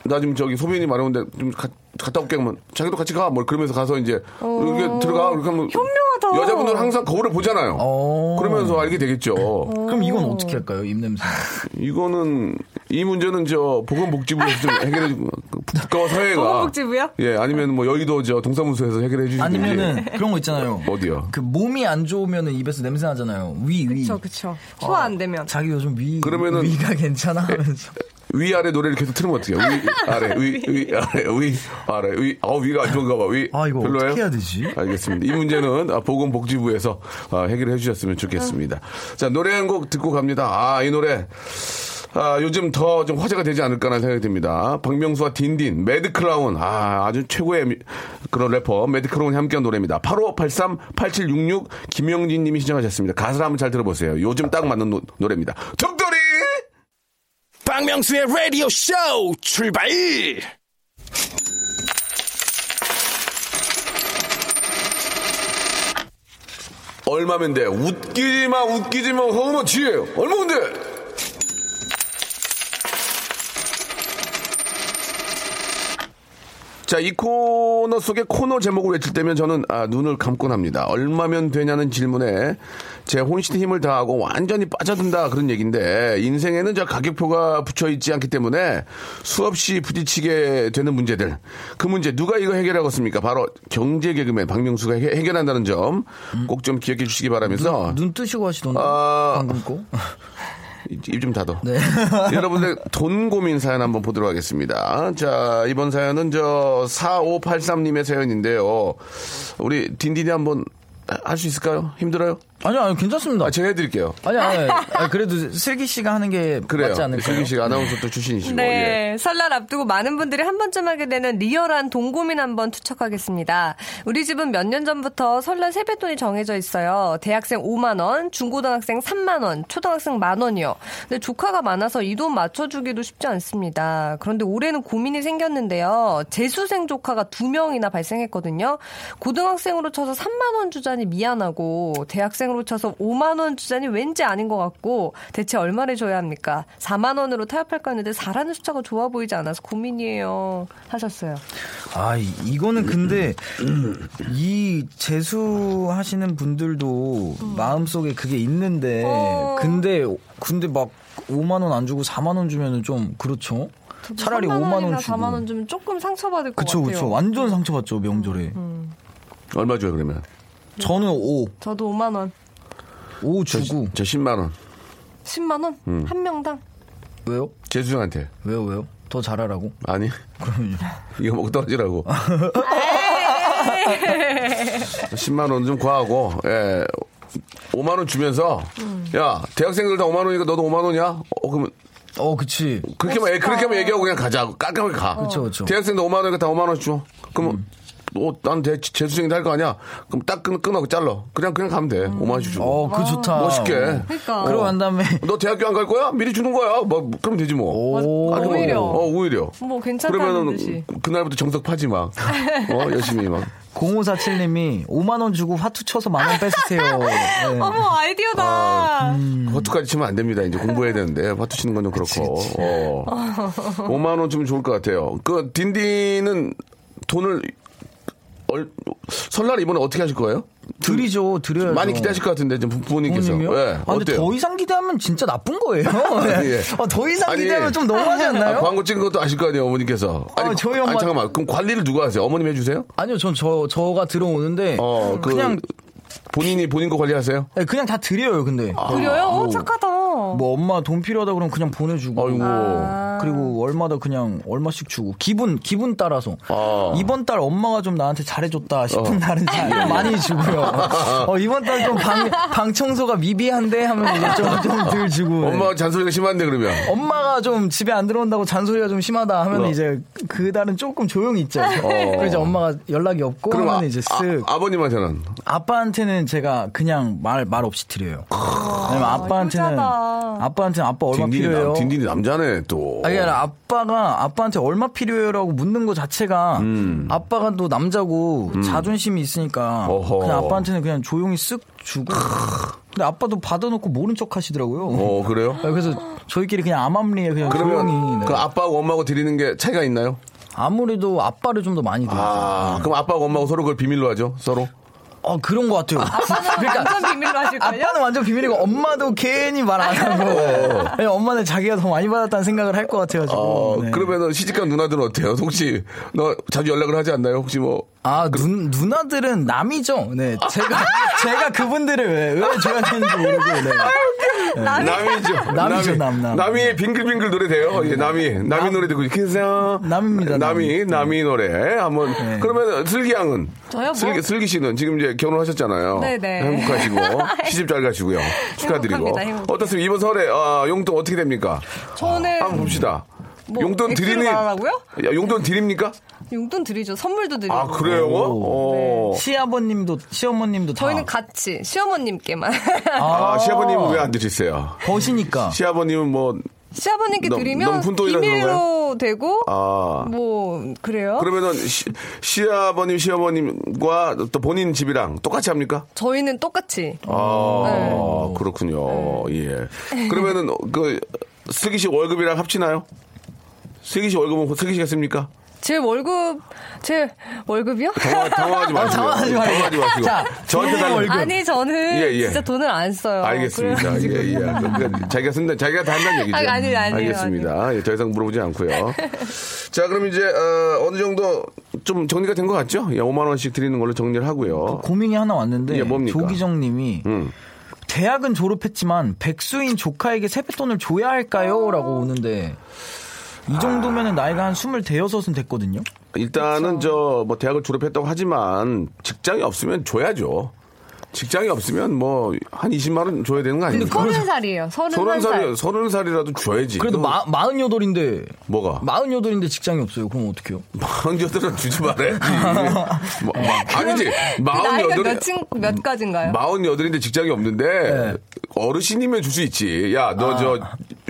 나 지금 저기 소변이 마려운데 좀 가- 갔다 올게 하면 자기도 같이 가 뭐 그러면서 가서 이제 이렇게 들어가 이렇게 하면 현명하다. 여자분들은 항상 거울을 보잖아요. 어. 그러면서 알게 되겠죠. 그럼 이건 어떻게 할까요? 입냄새. 네. 이거는 이 문제는 저 보건복지부에서 좀 해결해 주고 그 국가와 사회가 보건복지부요? 예 아니면 뭐 여의도 저 동사무소에서 해결해 주시는 아니면은 그런 거 있잖아요. 어디요? 그 몸이 안 좋으면은 입에서 냄새 나잖아요. 위 위. 그쵸 그쵸 소화 안 되면 아, 자기 요즘 위 그러면은- 위가 괜찮아 하면서 위아래 노래를 계속 틀으면 어떡해요? 위, 아래, 위, 위, 아래, 위, 아래, 위. 아 위가 안 좋은가 봐. 위. 아, 이거 별로예요? 어떻게 해야 되지? 알겠습니다. 이 문제는 아, 보건복지부에서 아, 해결해 주셨으면 좋겠습니다. 자, 노래 한 곡 듣고 갑니다. 아, 이 노래. 아, 요즘 더 좀 화제가 되지 않을까라는 생각이 듭니다. 박명수와 딘딘, 매드클라운, 아, 아주 최고의 미- 그런 래퍼, 매드클라운이 함께한 노래입니다. 8583-8766, 김영진 님이 신청하셨습니다. 가사를 한번 잘 들어보세요. 요즘 딱 맞는 노, 노래입니다. 덕돌이! 박명수의 라디오 쇼 출발! 얼마면 돼? 웃기지 마, 웃기지 마, 허무치! 얼마면 돼? 자, 이 코너 속의 코너 제목을 외칠 때면 저는 아, 눈을 감곤 합니다. 얼마면 되냐는 질문에 제 혼신의 힘을 다하고 완전히 빠져든다 그런 얘기인데 인생에는 저 가격표가 붙여 있지 않기 때문에 수없이 부딪히게 되는 문제들 그 문제 누가 이거 해결하겠습니까? 바로 경제 개그맨 박명수가 해, 해결한다는 점 꼭 좀 기억해 주시기 바라면서 눈 뜨시고 하시던데 아. 방금 거. 입 좀 닫아. 네. 여러분들 돈 고민 사연 한번 보도록 하겠습니다. 자, 이번 사연은 저 4583님의 사연인데요. 우리 딘딘이 한번 할 수 있을까요? 힘들어요? 아니요, 아니 괜찮습니다. 아, 제가 해드릴게요. 아니, 아니, 아니, 그래도 슬기 씨가 하는 게 그래요. 맞지 않을까요? 슬기 네. 씨가 아나운서 또 뭐, 출신이시고. 예. 네, 설날 앞두고 많은 분들이 한 번쯤 하게 되는 리얼한 돈 고민 한번 투척하겠습니다. 우리 집은 몇 년 전부터 설날 세뱃돈이 정해져 있어요. 대학생 5만 원, 중고등학생 3만 원, 초등학생 만 원이요. 근데 조카가 많아서 이 돈 맞춰주기도 쉽지 않습니다. 그런데 올해는 고민이 생겼는데요. 재수생 조카가 두 명이나 발생했거든요. 고등학생으로 쳐서 3만 원 주자니 미안하고 대학생으로 쳐서 5만 원 주자니 왠지 아닌 것 같고 대체 얼마를 줘야 합니까? 4만 원으로 타협할까 했는데 4라는 숫자가 좋아 보이지 않아서 고민이에요. 하셨어요. 아, 이- 이거는 근데 이 재수하시는 분들도 마음속에 그게 있는데 어. 근데 근데 막 5만 원 안 주고 4만 원 주면은 좀 그렇죠. 차라리 3만 5만 원이나 원 주고. 4만 원 주면 조금 상처받을 것 그쵸 같아요. 음. 그쵸 완전 상처받죠 명절에. 얼마 줘요, 그러면? 저는 5, 저도 5만 원, 5 주고 저 10만원. 10만 원, 음. 한 명당. 왜요? 재수생한테. 왜요 왜요? 더 잘하라고? 아니. 이거 먹고 떨어지라고. 아. 10만원 좀 과하고, 예. 5만원 주면서, 야, 대학생들 다 5만원이니까 너도 5만원이야? 어, 그러면 어 그치. 그렇게만 애- 그렇게만 얘기하고 그냥 가자. 깔끔하게 가. 어. 그쵸, 음. 그쵸. 대학생도 5만 원이니까 다 5만 원 줘. 그럼 뭐, 어, 너난 재수생인데 할거 아니야? 그럼 딱 끊, 끊어고 잘라. 그냥 그냥 가면 돼. 5만 원씩 주고. 어 그 좋다. 아, 멋있게. 그러니까. 그러고 난 다음에 너 대학교 안 갈 거야? 미리 주는 거야. 뭐 그럼 되지 뭐. 오. 아, 그러면- 오히려. 어, 오히려. 뭐 괜찮다는 듯이. 음. 그러면은 그날부터 정석 파지 마. 어, 열심히 막. 0547님이 5만 원 주고 화투 쳐서 만 원 뺏으세요. 네. 어머 아이디어다. 음. 화투까지 치면 안 됩니다. 이제 공부해야 되는데 화투 치는 건 좀 그렇고. 어. 5만 원 주면 좋을 것 같아요. 그 딘딘은 돈을 얼- 설날 이번에 어떻게 하실 거예요? 드리죠, 드려요. 많이 기대하실 것 같은데 지금 부모님께서. 부모님이요? 예, 아, 근데 어때요? 더 이상 기대하면 진짜 나쁜 거예요. 예. 아, 더 이상 아니, 기대하면 좀 너무하지 아, 않나요? 광고 찍은 것도 아실 거 아니에요, 어머님께서. 아니, 아, 저희 엄마- 아니, 잠깐만. 그럼 관리를 누가 하세요? 어머님 해주세요? 아, 니요 전 저, 저가 들어오는데, 어, 그, 음, 그냥, 본인이 본인 거 관리하세요? 네, 그냥 다 드려요, 근데. 아. 그래요? 아, 어, 착하다. 뭐 엄마 돈 필요하다 그러면 그냥 보내주고. 아이고. 그리고 월마다 그냥 얼마씩 주고 기분 기분 따라서 아. 어. 이번 달 엄마가 좀 나한테 잘해줬다 싶은 날은 예, 많이 주고요. 어, 이번 달 좀 방 청소가 미비한데 하면 좀좀덜 주고. 엄마 잔소리가 심한데, 그러면. 네. 엄마가 좀 집에 안 들어온다고 잔소리가 좀 심하다 하면 어. 이제 그 달은 조금 조용히 있죠. 그리고 이제 엄마가 연락이 없고 그럼 아, 하면 이제 쓱 아, 버님한테는 아, 빠한테는 제가 그냥 말 말 없이 드려요. 왜냐면 아빠한테는 효자다. 아빠한테는 아빠 얼마 딘딘이, 필요해요. 남, 딘딘이 남자네, 또. 아니, 아니, 아빠가 아빠한테 얼마 필요해요라고 묻는 거 자체가 아빠가 또 남자고 자존심이 있으니까 음. 어허. 그냥 아빠한테는 그냥 조용히 쓱 주고 근데 아빠도 받아놓고 모른 척 하시더라고요. 어, 그래요? 아, 그래서 저희끼리 그냥 암암리에 그냥 조용히 그러면 네. 그 아빠하고 엄마하고 드리는 게 차이가 있나요? 아무래도 아빠를 좀 더 많이 들어요. 아, 그럼 아빠하고 엄마하고 서로 그걸 비밀로 하죠? 서로? 어, 그런 것 같아요. 그러니까 완전 비밀로 하실 거예요? 아빠는 완전 비밀이고 엄마도 괜히 말 안 하고 아니, 엄마는 자기가 더 많이 받았다는 생각을 할 것 같아가지고 어, 네. 그러면은 시집간 누나들은 어때요? 혹시 너 자주 연락을 하지 않나요? 혹시 뭐 아, 눈, 누나들은 남이죠? 네. 제가, 제가 그분들을 왜, 왜 줘야 되는지 모르고, 네. 남이죠. 남이죠, 남, 남. 남이 빙글빙글 노래 돼요. 예, 남이. 남이 노래 듣고, 계세요. 남입니다, 네. 남. 남이, 남이 노래. 한번. 그러면 슬기 양은? 저요, 뭐. 슬기, 슬기 씨는 지금 이제 결혼하셨잖아요. 네네. 행복하시고, 시집 잘 가시고요. 축하드리고. 행복합니다, 행복해요. 어떻습니까? 이번 설에 아, 용돈 어떻게 됩니까? 저는 한번 봅시다. 뭐, 용돈 액수를 드리니? 말하라고요? 네. 야, 용돈 드립니까? 용돈 드리죠. 선물도 드리고. 아, 그래요? 어. 네. 시아버님도, 시어머님도 다. 저희는 같이 시어머님께만 아, 시아버님은 왜 안 드리세요? 버시니까. 시아버님은 뭐, 시아버님께 너무- 너무 드리면 훈돈이라 그런 비밀로 되고 아. 뭐 그래요. 그러면은 시, 시아버님, 시어머님과 또 본인 집이랑 똑같이 합니까? 저희는 똑같이 아, 네. 그렇군요. 예. 그러면은 그 슬기 씨 월급이랑 합치나요? 슬기 씨 월급은 슬기 씨가 씁니까? 제 월급 제 월급이요? 당황, 당황하지 마시고. 당황하지 말고. 마시고. 자, 저한테 달라. 월급. 아니 저는 예, 예. 진짜 돈을 안 써요. 알겠습니다. 예, 그래가지고. 예. 그러니까 자기가 쓴다, 자기가 다 한다는 얘기죠. 아니, 아니에요, 아니에요, 알겠습니다. 예, 더 이상 물어보지 않고요. 자, 그럼 이제, 어, 느 정도 좀 정리가 된 것 같죠? 예, 5만원씩 드리는 걸로 정리를 하고요. 고민이 하나 왔는데 예, 뭡니까? 음. 조기정 님이 대학은 졸업했지만 백수인 조카에게 세뱃돈을 줘야 할까요? 라고 오는데 이 정도면 은 나이가 한 스물 대여섯은 됐거든요. 일단은 저 뭐 대학을 졸업했다고 하지만 직장이 없으면 줘야죠. 직장이 없으면 뭐 한 20만 원 줘야 되는 거 아닙니까? 서른 살이에요. 서른 음. 서른 살. 살이 서른 살이라도 줘야지. 그래도 그럼 마, 마흔 여덟인데 뭐가? 마흔 여덟인데 직장이 없어요. 그럼 어떡해요? 마흔 여덟은 주지 말아야지. 뭐, 마- 아니지. 마흔 그 나이가 여덟 몇층 몇 네. 가지인가요? 마흔 여덟인데 직장이 없는데 어르신이면 줄 수 있지. 야 아. 너 저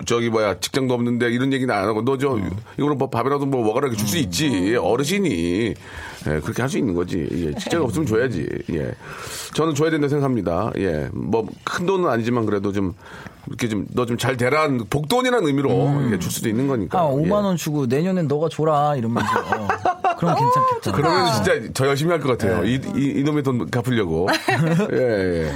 저기 뭐야 직장도 없는데 이런 얘기는 안 하고 너 음. 저 이거로 뭐 밥이라도 뭐 먹으라고 줄 수 있지. 어르신이 예, 그렇게 할 수 있는 거지. 예, 직장이 없으면 줘야지. 예, 저는 줘야 된다 고 생각합니다. 예, 뭐 큰 돈은 아니지만 그래도 좀 이렇게 좀 너 좀 잘 되란 복돈이라는 의미로 이렇게 줄 수도 있는 거니까. 음. 아, 예. 5만 원 주고 내년엔 너가 줘라 이러면서 어, 그럼 괜찮겠다. 그러면 진짜 저 열심히 할 것 같아요. 네. 이, 이, 이놈의 돈 갚으려고. 예, 예.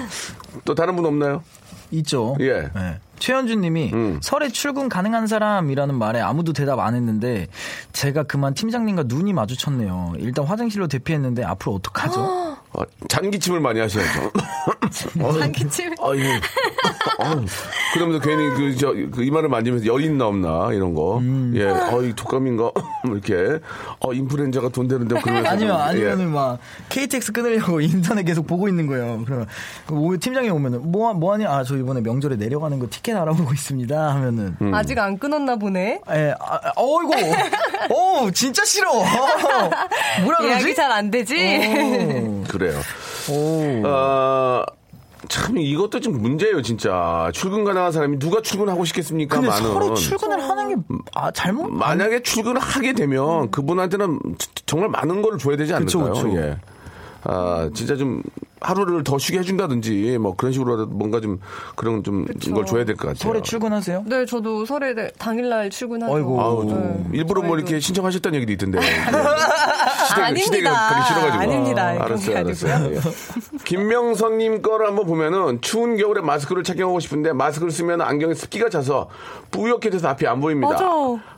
또 다른 분 없나요? 있죠. 네. 예. 음. 최현주님이 설에 출근 가능한 사람이라는 말에 아무도 대답 안 했는데 제가 그만 팀장님과 눈이 마주쳤네요. 일단 화장실로 대피했는데 앞으로 어떡하죠? 어, 잔기침을 많이 하셔야죠. 장기침. 아유. 아유. 어, 그러면서 괜히 그, 저, 그 이마를 만지면서 여인 나옵나, 이런 거. 음. 예, 어이, 독감인가? 이렇게. 어, 인플루엔자가 돈 되는데, 그러면서. 아니면 좀, 아니면은 예. 막 KTX 끊으려고 인터넷 계속 보고 있는 거예요. 그러면 그 오- 팀장이 오면은 뭐 뭐하냐? 아 저 이번에 명절에 내려가는 거 티켓 알아보고 있습니다. 하면은 음. 아직 안 끊었나 보네. 예, 아, 아, 어이구, 어 진짜 싫어. 뭐라 예약이 그러지? 잘 안 되지. 그래요. 오. 아, 참, 이것도 좀 문제예요, 진짜. 출근 가능한 사람이 누가 출근하고 싶겠습니까? 근데 많은. 음. 서로 출근을 하는 게 아, 잘못 만약에 출근을 하게 되면 그분한테는 지- 정말 많은 걸 줘야 되지 음. 그쵸, 않을까요? 그쵸. 예. 아, 진짜 좀 하루를 더 쉬게 해준다든지 뭐 그런 식으로 뭔가 좀 그런 좀 걸 줘야 될 것 같아요. 설에 출근하세요? 네, 저도 설에 대- 당일날 출근하고. 아이고. 아우, 좀 네. 일부러 뭐 저희도- 이렇게 신청하셨다는 얘기도 있던데. 시댁, 시댁에 아, 아닙니다. 가기 싫어가지고. 아닙니다. 아, 알았어요, 그런 게 알았어요. 예. 김명선님 거를 한번 보면은 추운 겨울에 마스크를 착용하고 싶은데 마스크를 쓰면 안경에 습기가 차서 뿌옇게 돼서 앞이 안 보입니다. 맞아.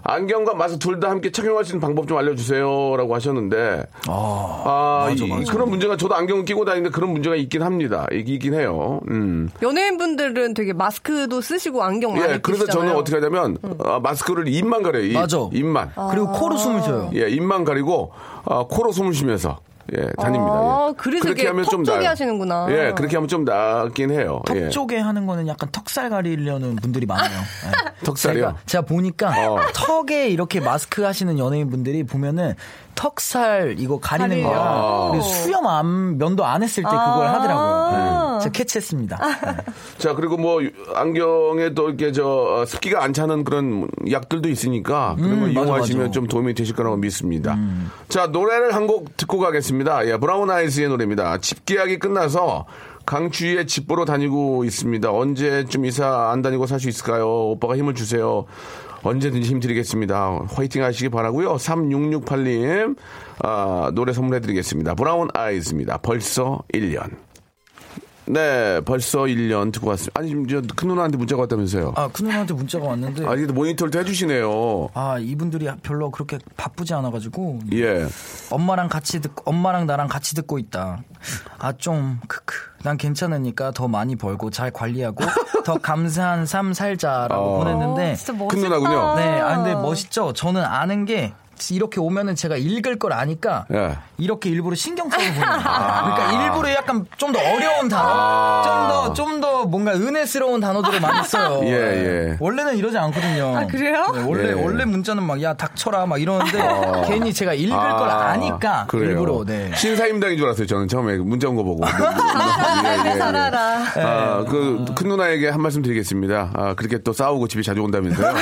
안경과 마스크 둘 다 함께 착용할 수 있는 방법 좀 알려주세요라고 하셨는데 아, 이- 그런 문제가 저도 안경을 끼고 다니는데 그런 문제가 있긴 합니다. 있- 있긴 해요. 음. 연예인분들은 되게 마스크도 쓰시고 안경 어, 많이 예, 그래서 끼시잖아요. 음. 저는 어떻게 하냐면 아, 마스크를 입만 가려요. 입, 맞아. 입만. 그리고 코로 숨을 쉬어요. 예, 입만 가리고 어, 코로 숨을 쉬면서 예, 다닙니다. 아, 예. 그래서 이렇게 턱 쪽이 나아요. 하시는구나. 예, 그렇게 하면 좀 낫긴 해요. 턱 예. 쪽에 하는 거는 약간 턱살 가리려는 분들이 많아요. 예. 턱살이요? 제가, 제가 보니까 어. 턱에 이렇게 마스크 하시는 연예인분들이 보면은 턱살 이거 가리는 아. 거야. 아. 그리고 수염 안, 면도 안 했을 때 그걸 하더라고요. 예. 제가 캐치했습니다. 예. 자, 그리고 뭐 안경에 또 이렇게 저 어, 습기가 안 차는 그런 약들도 있으니까 그런 걸 음, 맞아, 이용하시면 맞아. 음. 좀 도움이 되실 거라고 믿습니다. 자, 노래를 한 곡 듣고 가겠습니다. 예, 브라운 아이즈의 노래입니다. 집 계약이 끝나서 강추위에 집 보러 다니고 있습니다. 언제쯤 이사 안 다니고 살 수 있을까요? 오빠가 힘을 주세요. 언제든지 힘드리겠습니다. 화이팅 하시기 바라고요. 3668님 아, 노래 선물해드리겠습니다. 브라운 아이즈입니다. 벌써 1년. 네, 벌써 1년 듣고 왔습니다. 아니, 지금 저큰 누나한테 문자가 왔다면서요? 아, 네. 큰 누나한테 문자가 왔는데 아, 이게 모니터를 또 해주시네요. 아, 이분들이 별로 그렇게 바쁘지 않아가지고 예. 엄마랑 같이 듣고 엄마랑 나랑 같이 듣고 있다. 아 좀 크크. 난 괜찮으니까 더 많이 벌고 잘 관리하고 더 감사한 삶 살자라고 보냈는데 진짜 큰 멋있다. 누나군요. 네, 아 근데 멋있죠. 저는 아는 게 이렇게 오면은 제가 읽을 걸 아니까 예. 이렇게 일부러 신경 써서 보는 거예요. 그러니까 일부러 약간 좀 더 어려운 단어, 좀 더 좀 더 뭔가 은혜스러운 단어들을 많이 써요. 예, 예. 원래는 이러지 않거든요. 아, 그래요? 네, 원래 예. 원래 문자는 막 야 닥쳐라 막 이러는데 괜히 제가 읽을 아, 걸 아니까 그래요. 일부러 네. 신사임당인 줄 알았어요. 저는 처음에 문자 온 거 보고. 네, 예, 예, 예. 살아라. 아, 그, 큰 누나에게 한 말씀 드리겠습니다. 아, 그렇게 또 싸우고 집에 자주 온다면서요?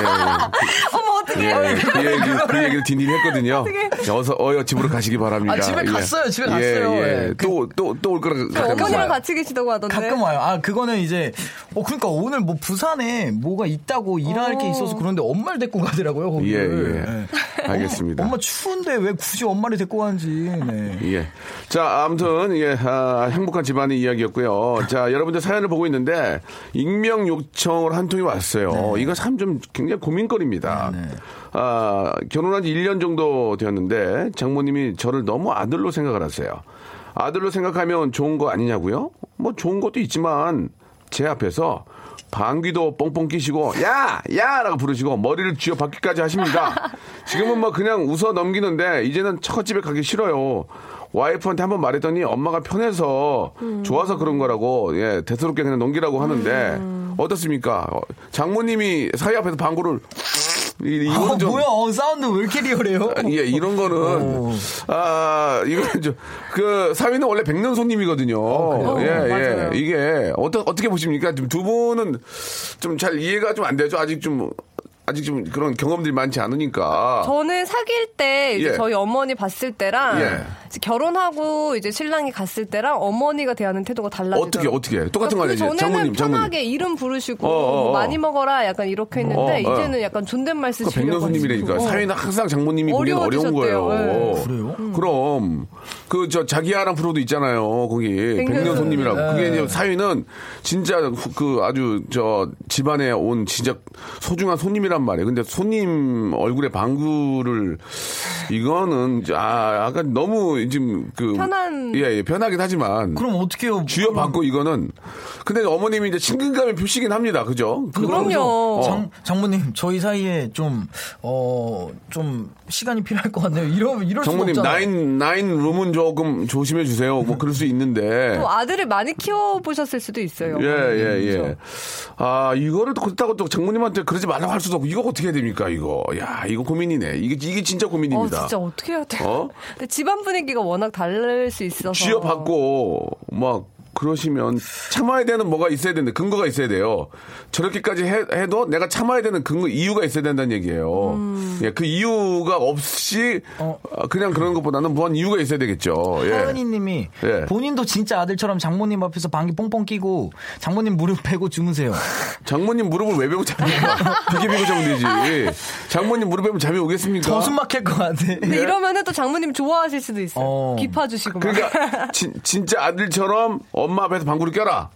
어머 어떻게? 예, 예. 예. 그, 얘기, 그 얘기를 딘딘 했거든요. 자, 어서, 어여 집으로 가시기 바랍니다. 아, 집에 갔어요, 집에 갔어요. 그 예, 예. 예. 또, 또, 또 올 거라고. 어머니랑 같이 계시다고 하던데. 가끔 와요. 아 그거는 이제 어 그러니까 오늘 뭐 부산에 뭐가 있다고 일할 게 있어서 그런데 엄마를 데리고 가더라고요. 예, 거기를. 예. 네. 알겠습니다. 엄마 추운데 왜 굳이 엄마를 데리고 가는지. 네. 예. 자, 아무튼, 예, 아, 행복한 집안의 이야기였고요. 자, 여러분들 사연을 보고 있는데, 익명 요청을 한 통이 왔어요. 네. 이거 참 좀 굉장히 고민거리입니다. 아, 결혼한 지 1년 정도 되었는데, 장모님이 저를 너무 아들로 생각을 하세요. 아들로 생각하면 좋은 거 아니냐고요? 뭐 좋은 것도 있지만, 제 앞에서 방귀도 뻥뻥 끼시고 야! 야! 라고 부르시고 머리를 쥐어박기까지 하십니다. 지금은 뭐 그냥 웃어 넘기는데 이제는 처갓집에 가기 싫어요. 와이프한테 한번 말했더니 엄마가 편해서 좋아서 그런 거라고 예 대수롭게 그냥 넘기라고 하는데 어떻습니까? 어, 장모님이 사이 앞에서 방구를 이- 아, 이거는 좀 뭐야? 어, 사운드 왜 이렇게 리얼해요? 아, 예, 이런 거는 어. 오. 아 이거는 좀그 사위는 원래 백년 손님이거든요. 예, 어, 맞아요. 예. 이게 어떠, 어떻게 보십니까? 지금 두 분은 좀 잘 이해가 좀 안 되죠. 아직 좀 아직 좀 그런 경험들이 많지 않으니까. 저는 사귈 때 이제 예. 저희 어머니 봤을 때랑 예. 이제 결혼하고 이제 신랑이 갔을 때랑 어머니가 대하는 태도가 달라지더라고요. 어떻게 어떻게 똑같은 거 그 아니에요? 전에는 장모님, 편하게 장모님. 이름 부르시고 어, 어, 뭐 어. 많이 먹어라 약간 이렇게 했는데 어, 어. 이제는 약간 존댓말 그 쓰시려고 백년 손님이라니까 하시고. 사위는 항상 장모님이 보기엔 어려운 어. 어려워지셨대요. 거예요. 예. 그래요? 그럼 그 저 자기야랑 프로도 있잖아요. 거기 백년 손님이라고. 그게 네. 이제 사위는 진짜 후- 그 아주 저 집안에 온 진짜 소중한 손님이란 말이에요. 근데 손님 얼굴에 방구를 이거는 아 약간 너무 지금 그 편한- 예, 예 편하긴 하지만 그럼 어떻게요? 주여 받고 이거는 근데 어머님이 이제 친근감의 표시긴 합니다. 그죠? 어. 그럼요. 장, 장모님 저희 사이에 좀어좀 시간이 필요할 것 같네요. 이러 이럴 수 정모님 없잖아요. 나인 나인 룸은 조금 조심해 주세요. 뭐 그럴 수 있는데. 또 아들을 많이 키워보셨을 수도 있어요. 예, 예, 어머니는. 예. 그렇죠. 아, 이거를 또 그렇다고 또 장모님한테 그러지 말라고 할 수도 없고, 이거 어떻게 해야 됩니까, 이거. 야, 이거 고민이네. 이게, 이게 진짜 어, 고민입니다. 진짜 어떻게 해야 돼요? 어? 근데 집안 분위기가 워낙 다를 수 있어서. 쥐어받고, 막, 그러시면 참아야 되는 뭐가 있어야 되는데, 근거가 있어야 돼요. 저렇게까지 해, 도 내가 참아야 되는 근거, 이유가 있어야 된다는 얘기예요. 예, 그 이유가 없이, 어. 아, 아, 그냥 그런 것보다는 무한 이유가 있어야 되겠죠. 예. 하은이님이 예. 본인도 진짜 아들처럼 장모님 앞에서 방귀 뽕뽕 끼고 장모님 무릎 베고 주무세요. 장모님 무릎을 왜 베고 잡니까? 그게 베고 자면 되지. 장모님 무릎 베면 잠이 오겠습니까? 저숨 막힐 것 같아. 네. 근데 이러면은 또 장모님 좋아하실 수도 있어요. 어. 기파주시고. 막. 그러니까 진, 진짜 아들처럼 엄마 앞에서 방구를 껴라.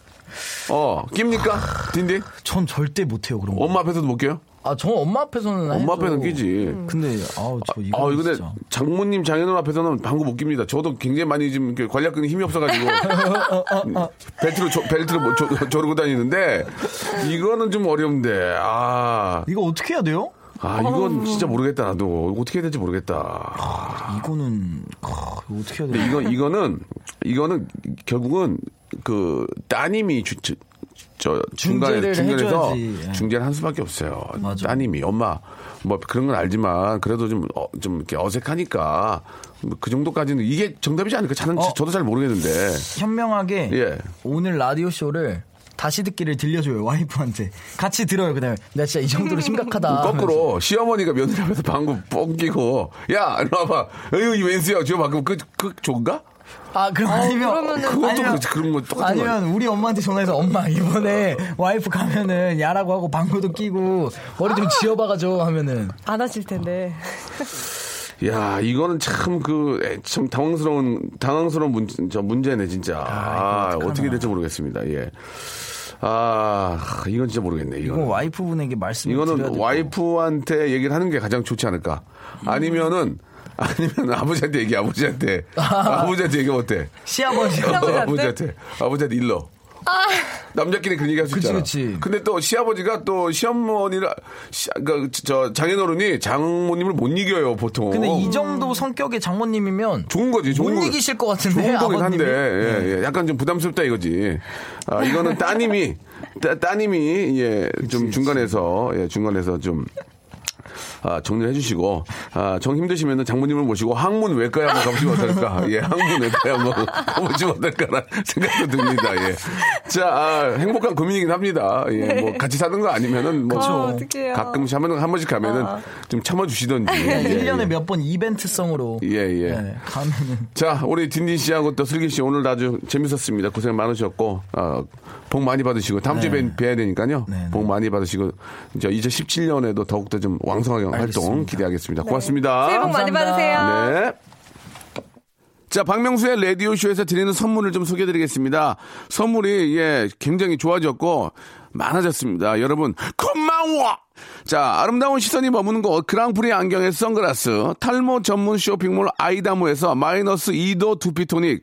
어, 낍니까? 딘디? 전 절대 못해요 그런 거. 엄마 앞에서도 못 껴요? 아, 저 엄마 앞에서는 어? 음. 엄마 해도- 앞에서는 끼지. 근데 아우 저 이거 아, 이거 근데 진짜. 장모님, 장인어른 앞에서는 방구 못 낍니다. 저도 굉장히 많이 지금 이렇게 관략근이 힘이 없어가지고 벨트로 조- 벨트로 뭐 조- 조르고 다니는데 이거는 좀 어려운데 아, 이거 어떻게 해야 돼요? 아 이건 진짜 모르겠다 나도 어떻게 해야 될지 모르겠다. 이거는 아, 이거 어떻게 해야 근데 돼요? 이거 이거는 이거는 결국은 그 따님이 주, 주- 저 중간에 중재를 중간에서 해줘야지. 예. 중재를 한 수밖에 없어요. 맞아. 따님이 엄마 뭐 그런 건 알지만 그래도 좀좀 이렇게 어색하니까 그 정도까지는 이게 정답이지 않을까? 저는 어. 저도 잘 모르겠는데. 현명하게 예. 오늘 라디오 쇼를 다시 듣기를 들려줘요 와이프한테 같이 들어요 그다음에 나 진짜 이 정도로 심각하다. 거꾸로 시어머니가 며느리 앞에서 방구 뻥기고 야 일로 와봐 어휴 이 웬수야 쥐어 바꾸고 그그 좋은가? 아 그럼 아니면 어, 그러면은- 그것도 아니면- 그- 그런 거 똑같은 거 아니면 우리 엄마한테 전화해서 엄마 이번에 와이프 가면은 야라고 하고 방구도 끼고 머리 좀 지어봐가죠 하면은 안 하실 텐데. 야, 이거는 참 그, 에, 참 당황스러운, 당황스러운 문, 저 문제네, 진짜. 아, 어떻게 될지 모르겠습니다, 예. 아, 이건 진짜 모르겠네, 이거 이거는. 와이프분에게 말씀을 드려야 이거는 되고. 와이프한테 얘기를 하는 게 가장 좋지 않을까. 음. 아니면은, 아니면 아버지한테 얘기, 아버지한테. 아버지한테 얘기 어때? 시아버지. 아버지한테? 아버지한테. 아버지한테 일러. 남자끼리 그런 얘기 할 수 그치, 있잖아. 그치. 근데 또 시아버지가 또 시어머니라, 시, 아, 그니까 저 장인어른이 장모님을 못 이겨요, 보통. 근데 이 정도 성격의 장모님이면 좋은 거지. 좋은 못 거- 이기실 것 같은데, 좋은 거긴 한데, 아버님이? 네. 예, 예. 약간 좀 부담스럽다 이거지. 아, 이거는 따님이, 따, 따님이, 예, 좀 중간에서, 예, 중간에서 좀. 아, 정리해 주시고, 아, 정 힘드시면 장모님을 모시고 항문 외과에 한번 가보시면 어떨까? 예, 항문 외과에 한번 가보시면 어떨까라는 생각도 듭니다, 예. 자, 아, 행복한 고민이긴 합니다. 네. 예, 뭐, 같이 사는 거 아니면은, 뭐, 어, 어떡해요. 가끔씩 한 번, 한 번씩 가면은 좀 참아주시던지. 예, 예. 어. 1년에 몇 번 이벤트성으로. 예, 예. 네, 가면은. 자, 우리 딘딘 씨하고 또 슬기 씨 오늘 아주 재밌었습니다. 고생 많으셨고, 어, 복 많이 받으시고, 다음 주에 뵈- 뵈야 되니까요. 네, 네. 복 많이 받으시고, 이제 2017년에도 더욱더 좀 왕성하게 활동 알겠습니다. 네. 기대하겠습니다. 고맙습니다. 새해 복 많이 감사합니다. 받으세요. 아, 네. 자, 박명수의 라디오쇼에서 드리는 선물을 좀 소개해 드리겠습니다. 선물이, 예, 굉장히 좋아졌고, 많아졌습니다. 여러분, 고마워! 자, 아름다운 시선이 머무는 곳, 그랑프리 안경의 선글라스, 탈모 전문 쇼핑몰 아이다모에서 마이너스 2도 두피토닉,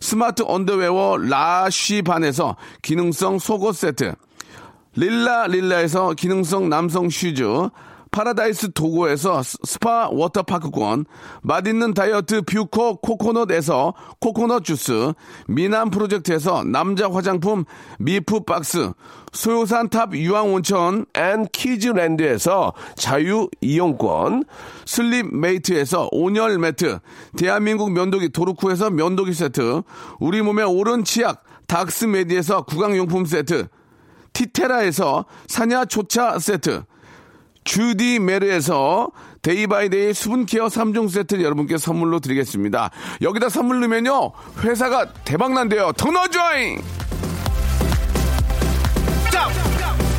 스마트 언더웨어 라쉬반에서 기능성 속옷 세트, 릴라 릴라에서 기능성 남성 슈즈, 파라다이스 도고에서 스- 스파 워터파크권, 맛있는 다이어트 뷰코 코코넛에서 코코넛 주스, 미남 프로젝트에서 남자 화장품 미프 박스, 소요산 탑 유황 온천 앤 키즈랜드에서 자유 이용권, 슬립 메이트에서 온열 매트, 대한민국 면도기 도루쿠에서 면도기 세트, 우리 몸의 오른 치약 닥스메디에서 구강용품 세트, 티테라에서 사냐 초차 세트, 주디 메르에서 데이바이데이 수분케어 3종 세트를 여러분께 선물로 드리겠습니다. 여기다 선물 넣으면요, 회사가 대박난대요. 더 넣어줘잉!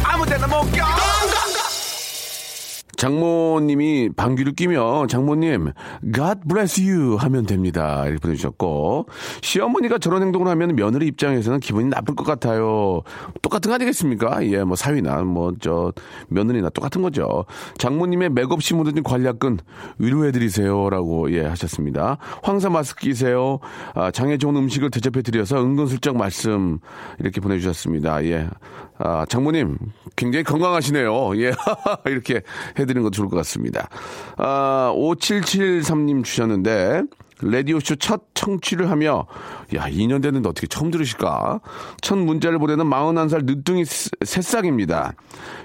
아무 데나 못 껴! 장모님이 방귀를 끼며 장모님 God bless you 하면 됩니다 이렇게 보내주셨고 시어머니가 저런 행동을 하면 며느리 입장에서는 기분이 나쁠 것 같아요 똑같은 거 아니겠습니까 예 뭐 사위나 뭐 저 며느리나 똑같은 거죠 장모님의 맥없이 묻어진 관략근 위로해드리세요라고 예 하셨습니다 황사 마스크 끼세요 아, 장에 좋은 음식을 대접해드려서 은근슬쩍 말씀 이렇게 보내주셨습니다 예 아, 장모님 굉장히 건강하시네요. 예. 이렇게 해드리는 것도 좋을 것 같습니다. 아, 5773님 주셨는데, 라디오쇼 첫 청취를 하며, 야, 2년 됐는데 어떻게 처음 들으실까? 첫 문자를 보내는 41살 늦둥이 스- 새싹입니다.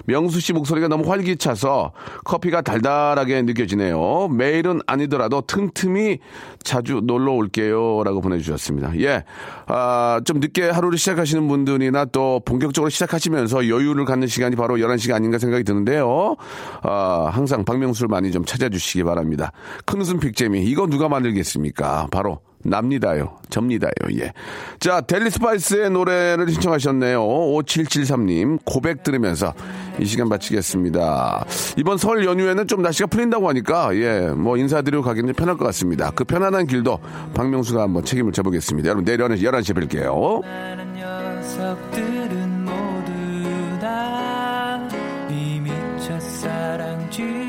명수 씨 목소리가 너무 활기차서 커피가 달달하게 느껴지네요. 매일은 아니더라도 틈틈이 자주 놀러 올게요. 라고 보내주셨습니다. 예. 아, 좀 늦게 하루를 시작하시는 분들이나 또 본격적으로 시작하시면서 여유를 갖는 시간이 바로 11시가 아닌가 생각이 드는데요. 아, 항상 박명수를 많이 좀 찾아주시기 바랍니다. 큰 웃음 빅재미. 이거 누가 만들겠습니까? 바로 납니다요. 접니다요. 예. 자, 델리 스파이스의 노래를 신청하셨네요. 5773님, 고백 들으면서 이 시간 마치겠습니다. 이번 설 연휴에는 좀 날씨가 풀린다고 하니까, 예, 뭐 인사드리고 가기는 편할 것 같습니다. 그 편안한 길도 박명수가 한번 책임을 져보겠습니다. 여러분, 내일 11시에 뵐게요. 많은 녀석들은 모두 다 이미 첫사랑 쥐